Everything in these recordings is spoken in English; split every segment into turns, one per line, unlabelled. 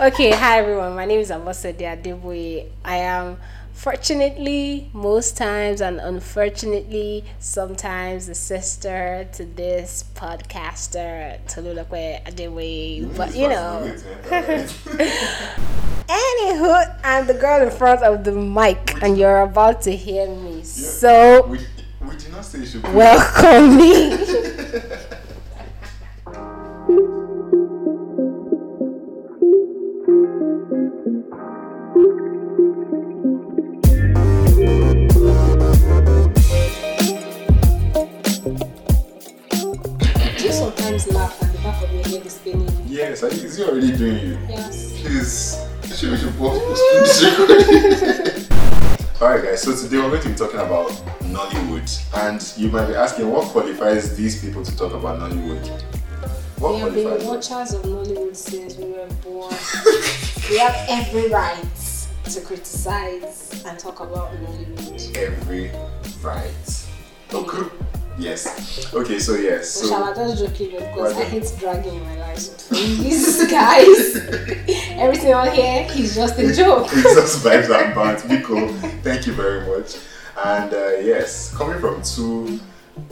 Okay, hi everyone. My name is Amosede Adeboye. I am fortunately most times and unfortunately sometimes the sister to this podcaster Tolulokwe Adeboye. But you know, anywho, I'm the girl in front of the mic, and you're about to hear me. So
we, we did not say you should.
welcome me. Do you sometimes laugh at the back of your head is spinning?
yes, I is you already doing it.
Yes.
Please, you should, we should pause postpone this recording. Alright, guys, so today we're going to be talking about Nollywood. And you might be asking what qualifies these people to talk about Nollywood? What
We have been
qualifies?
watchers of Nollywood since we were born. we have every right to criticize and talk about Nollywood.
Every right. Okay. Yes. Okay, so yes.
Which
So
I'm just joking because I
Right.
hate dragging in my life. So please, guys, everything on here is just a joke.
it's just vibes and bands. Miko, thank you very much. And uh, yes, coming from two,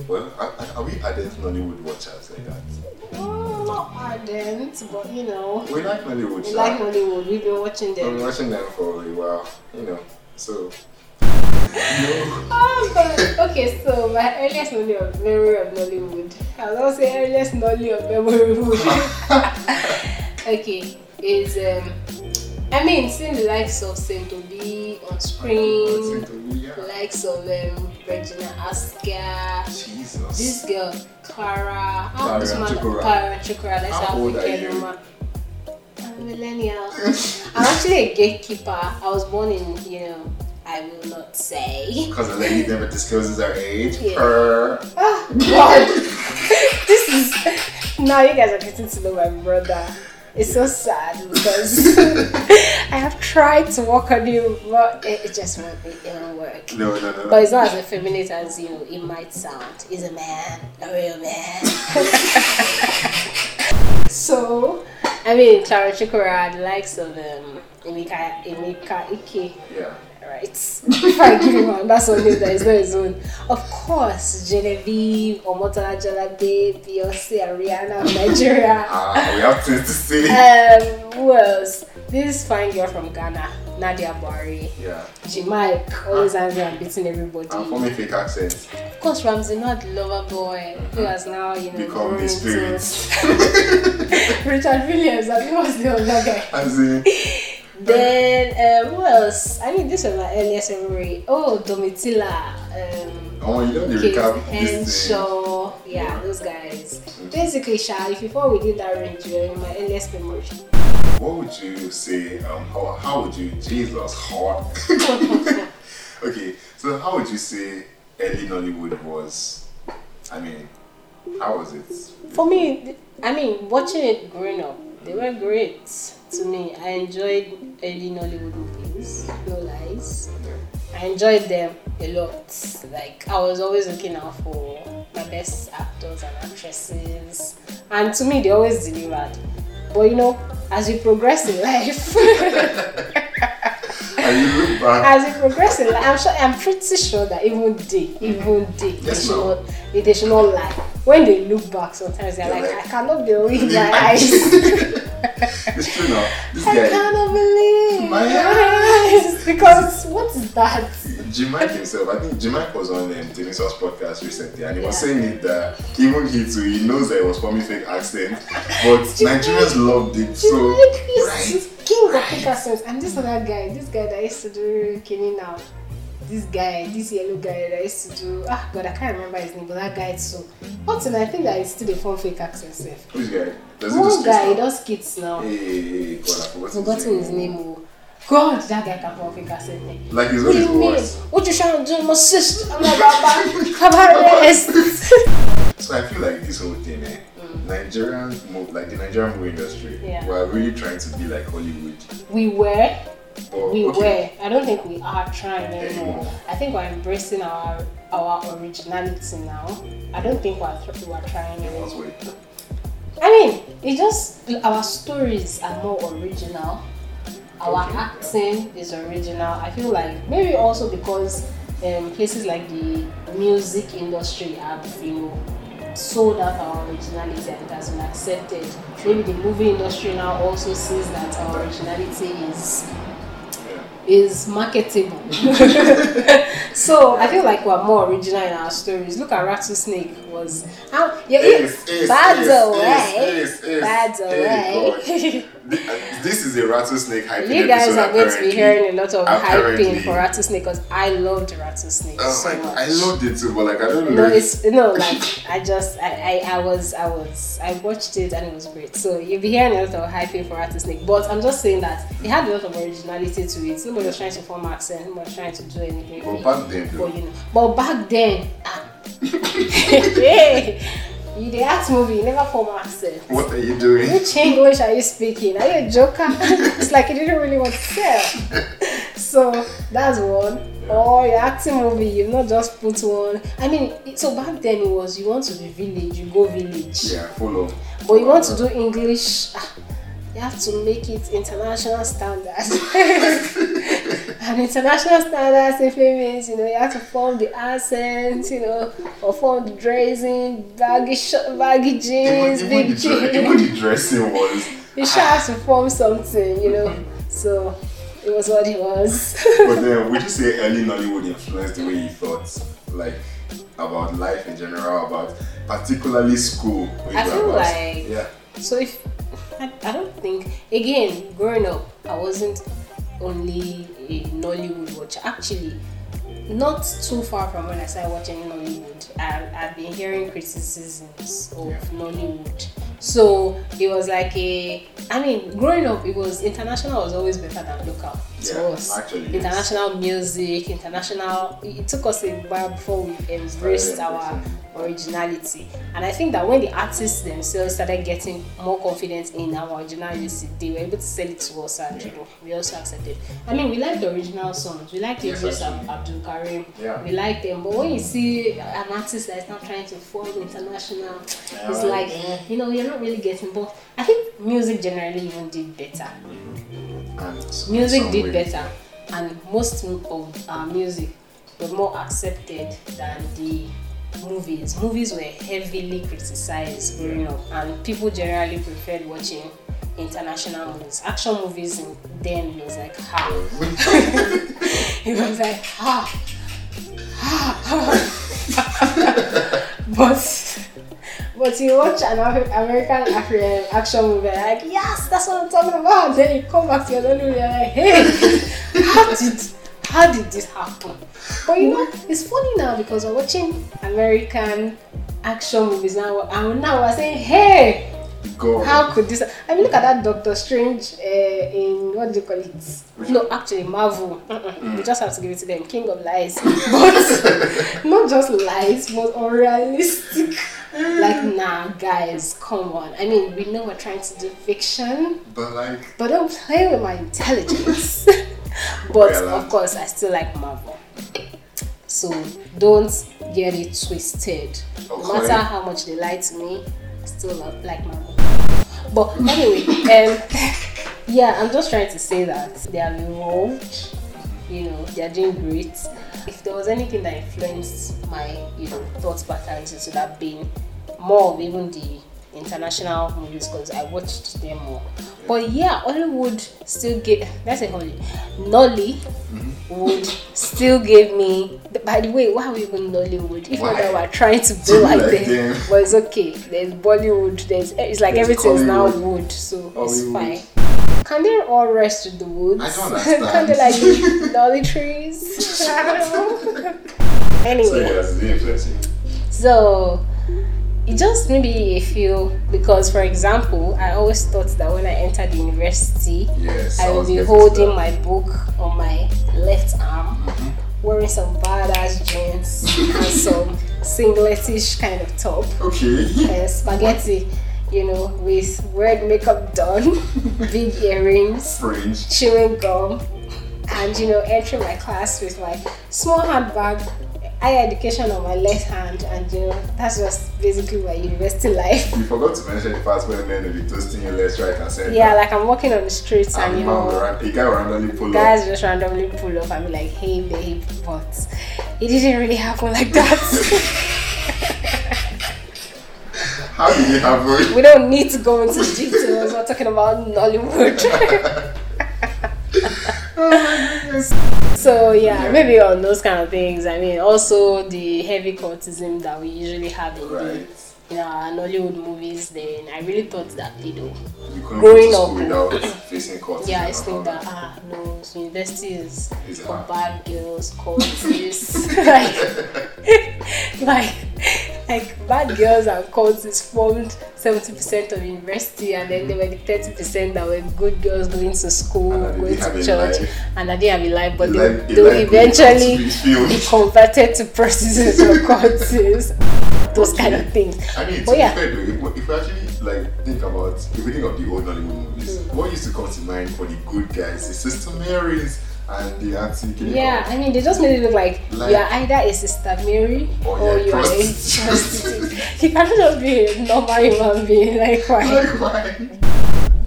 well, are, are- are we ardent Nollywood watchers like that?
Oh, not ardent, but you know,
We like Nollywood.
we
sha.
like Nollywood. We've been watching
I've
them.
been watching them for a while, you know. So,
Oh, but- okay, so my earliest memory of, memory of Nollywood. I'll not say earliest Nolly of memory. okay, is um, I mean, seeing the likes of Saint Obi on
Listen
screen,
to me,
the
yeah.
likes of um, Regina Asker,
Jesus.
this girl Clara, how
Clara
this man
Chukura.
Clara Chukura, that's
How old are you?
African woman. I'm a millennial. I'm actually a gatekeeper. I was born in, you know, I will not say.
Because the lady never discloses her age.
Yeah.
Purr.
Oh God! this is now you guys are getting to know my brother. It's so sad because I have tried to work on him, but it, it just won't it won't work.
No, no, no.
But it's not as effeminate as you it might sound. He's a man, a real man. so, I mean, Clara Chikora, the likes of um, Emeka, Emeka Ike,
yeah.
Right. If I give him one, that's only that is not his own. Of course, Genevieve, Omotola Jolade, Beyonce, and Rihanna of Nigeria.
Ah, we have things to say.
Um, who else? This fine girl from Ghana, Nadia Buhari.
Yeah.
She Mike, always
Ah.
angry and beating everybody.
I'm forming fake accents.
Of course, Ramsey, not the lover boy, who has now, you know,
Become
grown
the
into-
spirit.
Richard Williams, and who was the other guy?
As in,
Then, um, who else? I mean, this was my earliest memory. Oh, Domitila. Um,
oh, you don't need to
Kids
recap
and
this thing.
Shaw, yeah, those guys. Basically, Sha, if you fall within that range, you're in my earliest memory.
What would you say? Um, how, how would you? Jesus, hot. okay, so how would you say early Nollywood was? I mean, how was it?
For me, th- I mean, watching it growing up, they were great to me. I enjoyed early Nollywood movies, no lies. I enjoyed them a lot. Like, I was always looking out for my best actors and actresses, and to me, they always delivered. But you know, as you progress in life,
And you look back.
as it progresses, like, I'm sure, I'm pretty sure that even they, even they, they
Yes,
should
ma'am.
not, they, they should not lie. When they look back, sometimes they're
They're
like,
like,
I cannot believe my eyes.
it's true now. This
I
guy,
cannot believe
My
my eyes because what is that?
Jim Mike himself, I think Jim Mike was on um, Denison's podcast recently and he was
Yeah.
saying it that even he too, he knows that it was forming fake accent, but Nigerians loved it.
You
So,
know, like he's
right?
king of Pegasus, and this other guy, this guy that used to do Kenny now, this guy, this yellow guy that used to do ah God, I can't remember his name, but that guy too. What's and I think that it's still the phone fake accent. sef.
Which guy? Does it
One
just
guy, he does kids now.
Hey, hey, hey, God, I forgot
forgotten his name. Oh. God, that guy can pull fake accent. eh.
Like his
What
own
do
is
you mean?
worse.
What you trying to do, my sister? I'm like, Baba, Baba, rest.
So I feel like this whole thing, eh, Nigerian move, like the Nigerian movie industry,
Mm. Yeah.
we are really trying to be like Hollywood.
We were,
But,
we
okay,
were. I don't think we are trying anymore.
Anymore.
I think we're embracing our our originality now. I don't think we're tr- we're trying
in
anymore.
what way?
I mean, it just our stories are more original. Our
Okay.
acting is original. I feel like maybe also because um, places like the music industry have you know sold out our originality and it has been accepted. Maybe the movie industry now also sees that our originality is
Yeah.
is marketable. so I feel like we're more original in our stories. Look at Rattlesnake was how yeah,
Ace, ace,
Bad
ace,
away.
ace, ace, ace.
Bad
Hey, God.
away.
Th- This is a rattlesnake hyping
You guys
episode,
are going to be
apparently.
hearing a lot of hyping
Apparently.
for Rattlesnake because I loved Rattlesnake
Oh
so
my
much.
god, I loved it too, but like I don't
no,
know. if-
it's no like I just I, I I was I was I watched it and it was great. So you'll be hearing a lot of hyping for Rattlesnake, but I'm just saying that it had a lot of originality to it. Nobody was trying to form accent. Nobody was trying to do anything.
But back then,
But, you know, but back then, ah. hey, you the act movie, you never form accent.
what are you doing?
Which English are you speaking? Are you a joker? it's like you didn't really want to sell. so that's one. Or your acting movie, you've not just put one. I mean, it- so back then it was you want to be village, you go village.
Yeah, follow.
But you want to do English, ah, you have to make it international standards. and international standards simply means, you know, you have to form the accent, you know, or form the dressing, baggy, sh- baggy jeans,
even, even,
big
the dre- even
jeans.
the dressing was.
You sure have to form something, you know. So it was what it was.
But then, would you say early Nollywood influenced the way you thought, like about life in general, about particularly school?
I
Maybe
feel
about-
like-
yeah,
So if I, I don't think again growing up I wasn't only a Nollywood watcher. Actually, not too far from when I started watching Nollywood, I, I've been hearing criticisms of
Yeah.
Nollywood. So it was like a I mean growing up it was international was always better than local to
Yeah,
us.
actually, yes.
international music, international it it took us a while before we embraced
Started
our
embracing.
originality. And I think that when the artists themselves started getting more confidence in our originality, they were able to sell it to us, and you know, we also accepted. I mean, we like the original songs. We like
Yes,
Idris
actually.
Ab- Abdul Karim.
Yeah.
We like them. But when you see an artist that is not trying to form international,
Yeah,
it's
right.
like eh, you know you're not really getting. But I think music generally even did better.
and s-
Music
some
did
way-
better, and most of our music was more accepted than the movies. Movies were heavily criticized growing up, and people generally preferred watching international movies. Action movies in- then was like ha. it was like ha, ha. but but you watch an Af- American Af- action movie, you're like, yes, that's what I'm talking about. Then you come back to your Nollywood, you're like, hey, how did how did this happen? But you know, it's funny now because we're watching American action movies now, and now we're saying, hey,
God.
how could this? I mean, look at that Doctor Strange uh, in what do you call it? No, actually, Marvel. Mm-mm. You just have to give it to them. King of lies, but not just lies, but unrealistic. Like, nah, guys, come on. I mean, we know we're trying to do fiction,
But like,
but don't play with my intelligence. but
Well, uh,
of course, I still like Marvel. So don't get it twisted. No
Okay.
matter how much they lie to me, I still love like Marvel. But anyway, um, yeah, I'm just trying to say that they have evolved. You know, they are doing great. If there was anything that influenced my, you know, thought patterns, it would have been more of even the international movies because I watched them more. But yeah, Hollywood still get. That's a Holly. Nolly
Mm-hmm.
would still give me. By the way, why are we even Nollywood? If not
Why?
that we're trying to
To
be
be
like
like
them,
them.
but it's okay. There's Bollywood. There's it's like
There's
everything's now
Hollywood.
wood, so it's
Hollywood.
fine. Can they all rest with the woods?
I don't understand.
Can they like be dolly trees? I don't know.
so
anyway,
yeah, that's the influence.
so it just maybe a few because, for example, I always thought that when I entered university,
Yes.
I will
was
be
getting
holding
to
my book on my left arm,
Mm-hmm.
wearing some badass jeans and some singletish kind of top
that. Okay.
uh, spaghetti, you know, with red makeup done, big earrings,
Fringe.
chewing gum, and you know, entering my class with my small handbag higher education on my left hand, and you know that's just basically my university life.
You forgot to mention the part where men will be toasting you left, right, and center.
Yeah, like I'm walking on the streets and,
and
you
man will
know
ran- a guy will randomly pull up.
guys just randomly pull up and be like, "Hey, babe," but it didn't really happen like that.
How did it happen?
we don't need to go into details. We're talking about Nollywood.
Oh my goodness.
So yeah,
Yeah.
maybe on those kind of things. I mean, also the heavy cultism that we usually have in
Right.
the in our Nollywood movies. Then I really thought that you know,
You couldn't
Growing
go to
up,
school without facing court.
yeah, I think that ah no, so university is
It's
for
hard.
bad girls, cultists, like like like bad girls and cultists formed seventy percent of university, and then there were the thirty percent that were good girls going to school,
And that
going
didn't have
to
a
church,
life.
and I didn't have a life, but
A
they
life- a
they will
life going to
eventually.
be filled.
be converted to prostitutes or cultists, those kind of things.
I mean, to
But
be
yeah,
fair though, if, if you actually like think about, if we think of the old Nollywood movies,
Mm.
what used to come to mind for the good guys is Sister Mary's and the Auntie Kiniko.
yeah. I mean, they just made it look like,
Like-
you are either a sister Mary
Or
or,
you're a
you are a
prostitute.
prostitute. you cannot just be a normal human being. Like, why?
Like why?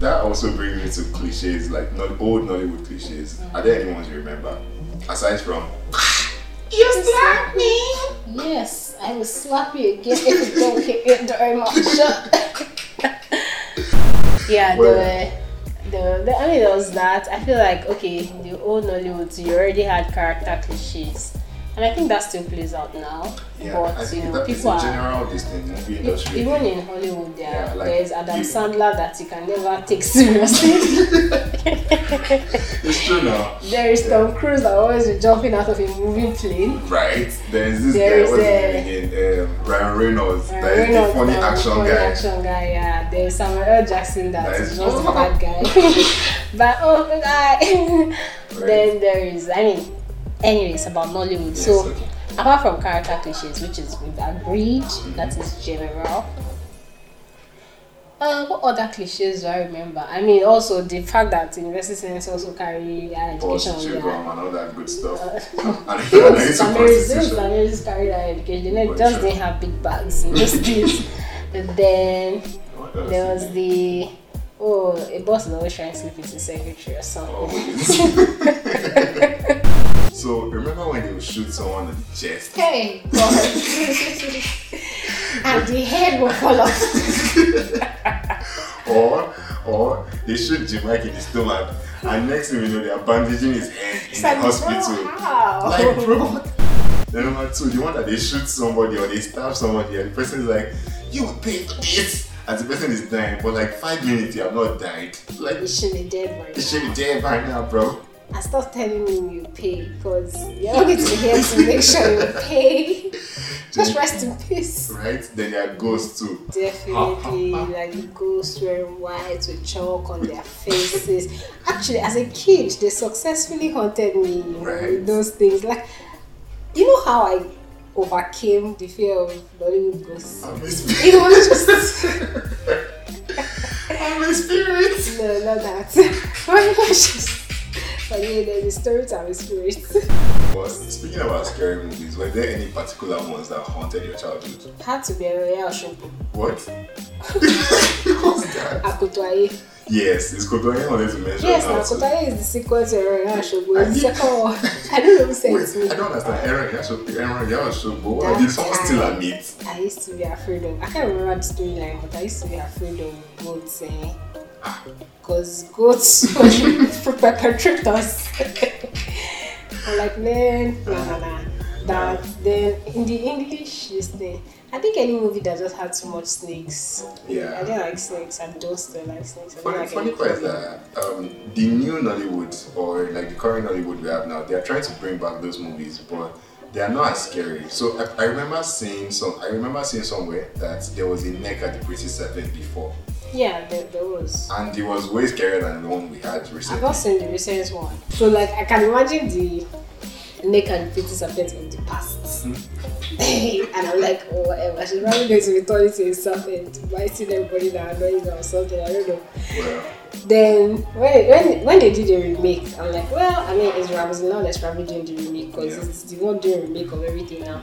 That also brings me to cliches, like not old Nollywood cliches. Are there any ones you remember? Aside from
You slap me. Yes, I will slap you again if you don't keep it during my shot. yeah, there
Well-
were, there were, there- I mean, there was that. I feel like, okay, the old Nollywood, you already had character cliches. And I think that still plays out now.
yeah, I
but, you
think
know,
that is
people
in
are.
general this thing movie industry.
E- Even in Hollywood, there,
Yeah, like,
there's Adam
you-
Sandler that you can never take seriously.
it's true now.
there is Tom Cruise that always be jumping out of a moving plane.
Right. There's this
There
guy,
is
what's
a-
his name again? Um, Ryan Reynolds.
Ryan
that is
Reynolds,
the funny
um,
action
funny
guy.
action guy, yeah. There's Samuel L. Jackson that
That
is
is-
just a bad guy. but oh guy. Then there is I mean anyways about Nollywood.
Yes,
so
okay.
apart from character cliches, which is we've agreed, that is general. Uh, what other cliches do I remember? I mean, also the fact that university students also carry higher
Boss,
education. on their-
children, and all that good stuff. and if you're
those
into
families, those
prostitution,
families carried higher education. They
Well,
just
sure.
didn't have big bags in those days. But then
what else?
there was the oh, a boss is always trying to sleep with his secretary or something.
Always. Oh, so remember when they would shoot someone in the chest?
Hey, God. and the head will fall off.
or or they shoot Jimak in the stomach, and next thing you know, they are bandaging his head in
It's
the
like, bro,
hospital.
how?
Like, bro. Then number two, the one that they shoot somebody or they stab somebody, and the person is like, "You paid this," and the person is dying for like five minutes. You have not died. Like,
You should be dead by
you
now.
should be dead by now, bro.
And stop telling me you pay because you're not going to be here to make sure you pay. Just rest in peace.
Right? Then there are ghosts too.
Definitely, like ghosts wearing white with chalk on their faces. Actually, as a kid, they successfully haunted me you know,
Right.
with those things. Like, you know how I overcame the fear of Nollywood ghosts?
I'm a spirit.
It was just
I'm a spirit.
no, not that. it was just but yeah, there's a storytime with spirits.
Well, speaking about scary movies, were there any particular ones that haunted your childhood?
Had to be a royal shop.
What? What's that?
Akotoye.
Yes, it's Kotoye I wanted to mention.
Yes,
now
now
too.
Akotoye is the sequel to Royal Shop. It's the
Yeah.
second one. I don't know who said it to me.
Wait, I don't understand. Aaron, yeah, so Aaron, yeah, so but why
That
did someone
guy.
steal a meat?
I used to be afraid of. I can't remember the storyline, but I used to be afraid of goats, eh? Because goats perpetrate us. I'm like, man, nah, nah, nah. That then in the English, this thing. I think any movie that just had too much snakes. I
Yeah.
don't like snakes. I don't still like snakes. I don't
Funny,
like
funny
any
part is
movie.
that um, the new Nollywood or like the current Nollywood we have now, they are trying to bring back those movies, but they are not as scary. So I, I remember seeing some. I remember seeing somewhere that there was a neck at the British Serpent before,
Yeah, there, there was.
and it was way scarier than the one we had
I've
recently.
not seen the recent one. So like I can imagine the Nick and Pretty Serpent of the past. and I'm like, oh whatever, she's probably going to be turning to a serpent, biting everybody that annoys her or something, I don't know.
Well,
Then when when when they did the remake, I'm like, well, I mean, it's Ramsey that's probably doing the remake because
Yeah.
it's the one doing remake of everything now.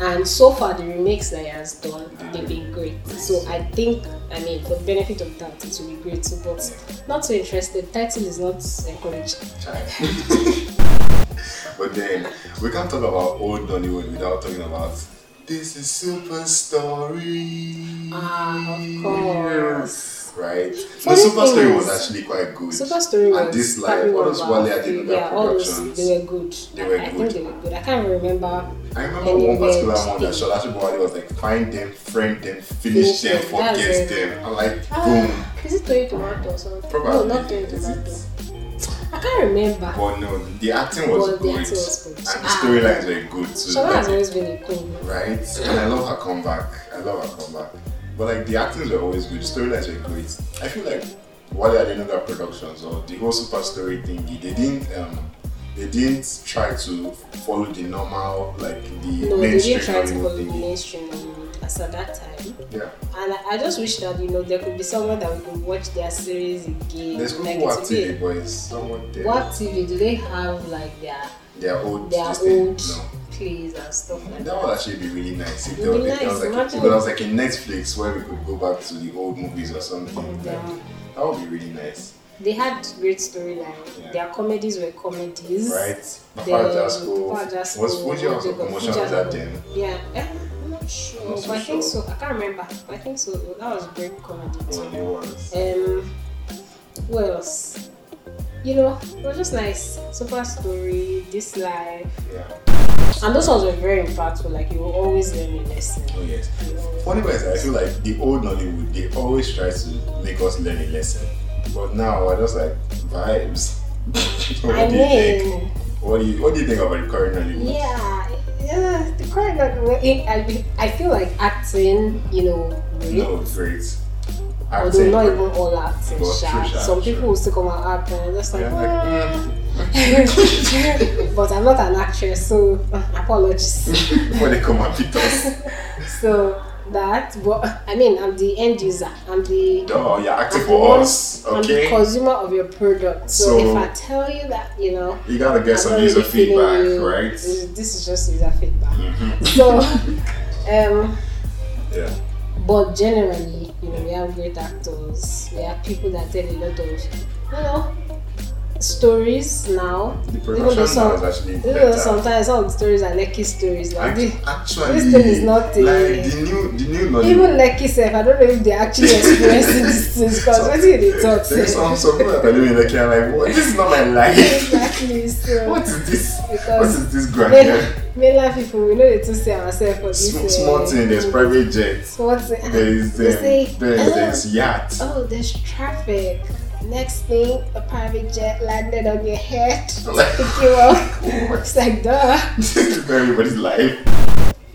And so far, the remakes that he has done, they've been great. So I think, I mean, for the benefit of doubt, it will be great. So, but not so interested. Title is not encouraging.
but then we can't talk about old Nollywood without talking about this is super story.
Ah, of course.
Right. The
Funny
super
thing
story was
is-
actually quite good.
Super Story was
And this
probably
life, all
one
those
of
Wale
our
Adeniran
fav- yeah, all those
productions.
they were good.
They were
I, I think
good.
they were good. I can't remember.
I remember
And
one
you
particular
went
one that
in.
Shola Shibawale was like, find them, friend them, finish
Finish
them,
them, that's
forget
it.
them. I'm like, boom.
Ah, is it Toyo Tomato or something?
Probably.
No, not Toyo
Is
Tomato.
it?
I can't remember.
But no, the acting was
But the
good.
acting was good.
And the
Ah.
storylines were good too.
Shola
Like,
has always been a queen.
right? And I love her comeback. I love her comeback. But like the actors are always good, the storylines are great. I feel like Wale Adenoga Productions or the whole super story thingy, they didn't um they didn't try to follow the normal like the
No, they
mainstream
didn't try to
Hollywood
follow the
thingy.
mainstream Nollywood as at that time.
Yeah.
And I, I just wish that you know there could be someone that we could watch their series again.
There's people
like
who
it
are
would be-
TV boys, someone there.
What TV do they have like their
They are old.
their
this thing.
old
No.
plays and stuff like
That would actually be really nice if
It'd
there was,
be
if there
nice,
was like a,
imagine.
if there was like a Netflix where we could go back to the old movies or something.
Yeah.
Like, that would be really nice,
Um, They had great storyline.
Yeah.
Their comedies were comedies.
right? Papa
Then
Jasko
Papa Jasko,
was Fuji House of
Jacob
Commotion
Fuji
was that
House.
then?
Yeah, eh, I'm not sure,
Not so
but I think
sure.
so. I can't remember. But I think so. That was great comedy
Or
too.
it was.
Um, what else? You know, it was just nice. Super story, this life,
Yeah.
and those ones were very impactful. Like you will always learn a lesson.
Oh yes.
You know?
Funny part is I feel like the old Nollywood they always try to make us learn a lesson, but now we're just like vibes. what
I
do you think?
mean,
What do you What do you think about the current Nollywood?
yeah, yeah. The current, I mean, I feel like acting. You know, really
No, great.
Although
Acting.
not even all acting,
Well,
sha.
true, sha,
Some
true.
people will still come and act, and I'm just like,
Yeah, like,
"Ah."
mm.
but I'm not an actress, so uh, apologies.
before they come and beat us.
so that, but I mean, I'm the end user. I'm the
Duh, you're acting
I'm
for
the
us,
one- I'm the
okay?
consumer of your product. So,
So-
if I tell you that, you know,
You gotta get
I'm
some
not
user
really feeling
feedback,
you, Mm.
right?
This this is just user feedback.
Mhm.
So, um.
Yeah,
But generally, you know, we have great actors. We have people that tell a lot of, you know, stories now.
the
Even
production
though
now
some,
is actually
even though
better.
sometimes some of the stories are lucky stories. Like
Act-
this,
Actually,
this thing is not a-
like the new, the new Nollywood.
even lucky self, I don't know if they actually experiencing these things because what did they talk
There's
sef?
some some people that are doing like, I'm like, what? This is not my life.
Exactly. So
What is this? What
because
is this grand
main,
here?
mainland people, we know they too say ourselves for this.
Sm-
eh,
Small thing. There's private jets.
Small thing.
There's um,
They say,
there's there's yacht.
Oh, there's traffic. Next thing, a private jet landed on your head. Pick you up. It's like, duh.
this is everybody's life.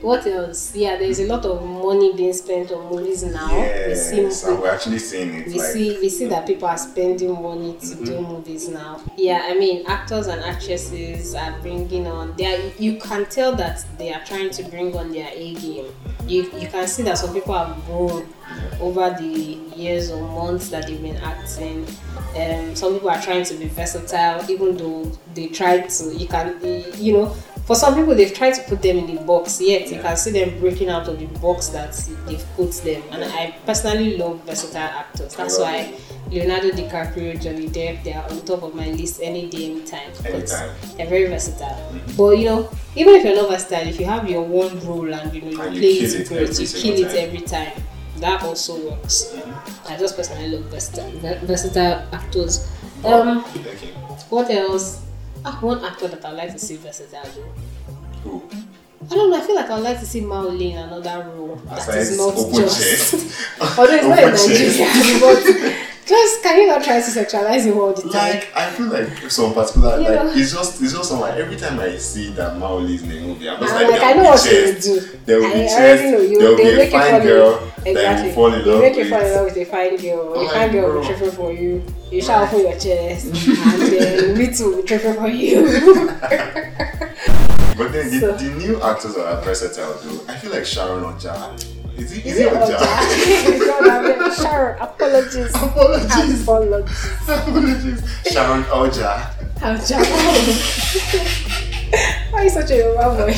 What else? Yeah, there's a lot of money being spent on movies now. we
Yes,
see,
and we're actually seeing it.
we,
like,
see, we see that people are spending money to do movies now. Yeah, I mean, actors and actresses are bringing on. They are, you can tell that they are trying to bring on their A game. You, you can see that some people have grown over the years or months that they've been acting. Um, some people are trying to be versatile, even though they try to. You can, you know, for some people they've tried to put them in the box. Yet you can see them breaking out of the box that they've put them. And I personally love versatile actors. That's
love
why Leonardo DiCaprio, Johnny Depp, they are on top of my list any day, anytime. 'cause
Anytime. Mm-hmm.
They're very versatile. But you know, even if you're not versatile, if you have your one role and you know you
And you
play
kill
it
it
great,
every
you
single
kill it
time. Mm-hmm.
every time. That also works. I just personally love versatile, ver- versatile actors. Um,
oh, okay.
what else? Ah, one actor that I'd like to see versatile. though.
Who?
I don't know. I feel like I'd like to see Mao Lee in another role that
Aside
is not
open
just.
chest.
Although it's not in
Open chest.
Nigeria, but just can you not try to sexualize him all the time?
Like I feel like some particular
You know.
like it's just it's just like every time I see that Maoli is in a movie, I'm just
I'm
like,
like, I
there
know
will be
what you will
chest,
do.
there will
I
be
already
chest,
know you-
there will
they
be a
make you fall
fine
in-
girl, that
Exactly.
you fall in
You
love
make you fall in
with.
love with a fine girl.
Oh
a
my
fine girl will be
God. Oh
tripping for you. You shall open your chest. and then me too will be tripping for you.
But then the,
So-
the new actors are versatile though. I feel like Sharon Oja
Is he,
Is it Oja? It's not Abia. Sharon, apologies.
Oh,
Apologies.
Apologies.
Apologies. Sharon Oja.
Oja. Why are you such a Yoruba boy?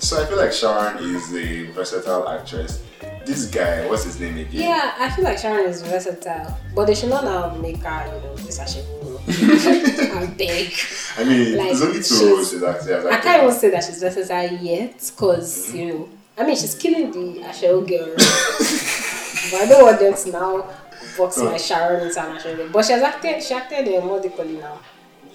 So I feel like Sharon is a versatile actress. This guy, what's his name again?
Yeah, I feel like Sharon is versatile, but they should not now make her, you know, this Ashiburo. I'm big.
I mean,
Like,
there's only
she's-
two roles she's actually has
I
acted
can't
in.
even say that she's versatile yet, because, you know, I mean, she's killing the Asheo girl. but I don't want them to now box my Sharon into an Asheo girl. But she has acted, she acted in what they call it now.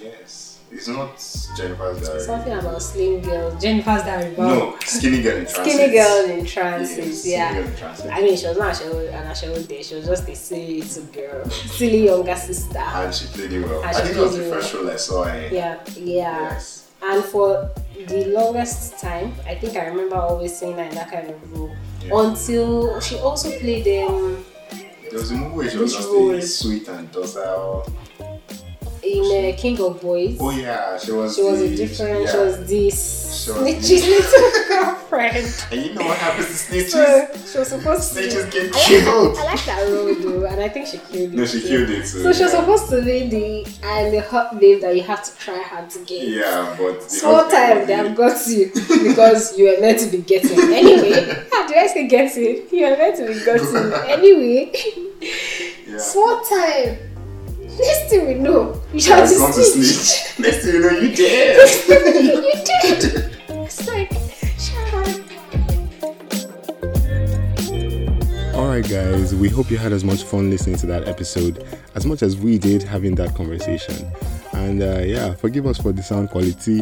Yes. It's not Jennifer's Diary.
Something about Slim Girl, Jennifer's Diary. wow.
No, Skinny Girl in Transit.
Skinny Girl in
Yes,
Trances,
Skinny
yeah.
Girl in Transit.
I mean, she was not Asheo, an Asheo there, she was just a silly little girl, silly younger sister.
And she played it well.
And
I
she
think it was the
played it
first role I saw her in.
Yeah, yeah.
Yes.
And for the longest time, I think I remember always seeing her in that kind of role.
Yeah.
Until she also played um,
There was a movie where she was
Which
just
role?
a sweet and docile.
in uh, King of Boys.
Oh yeah, she was.
She was
the,
a different,
Yeah.
she was this
She was
snitchy little girlfriend.
And you know what happens to snitches?
So she was supposed to.
snitches get
I like-
killed.
I like that role though, and I think she killed it.
No, she
too.
killed it. Too.
So she was supposed to be the and the hot babe that you have to try hard to get.
Yeah, but the
So one
husband
time
was
they
really-
have got you because you were meant to be getting. Anyway, how do I say getting? You were meant to be getting. Anyway,
Yeah.
so one time, next thing we know, you
I
have to
was going to
snitch.
snitch. Next thing you know, you dead.
you did. It's like, Sharon.
All right, guys, we hope you had as much fun listening to that episode as much as we did having that conversation. And uh, yeah, forgive us for the sound quality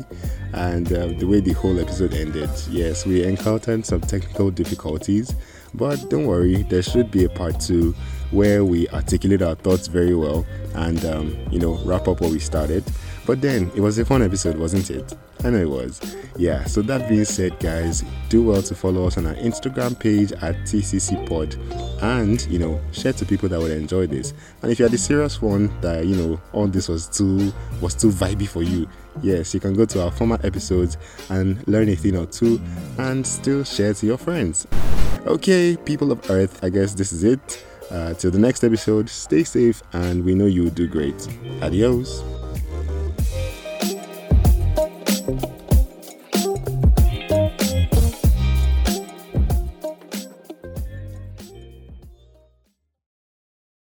and uh, the way the whole episode ended. Yes, we encountered some technical difficulties, but don't worry, there should be a part two where we articulate our thoughts very well and, um, you know, wrap up what we started. But then it was a fun episode, wasn't it? I know it was. Yeah, so that being said, guys, do well to follow us on our Instagram page at TCC Pod and, you know, share to people that would enjoy this. And if you're the serious one that, you know, all this was too was too vibey for you, yes, you can go to our former episodes and learn a thing or two and still share to your friends. Okay, people of Earth, I guess this is it. Uh, till the next episode, stay safe and we know you'll do great. Adios.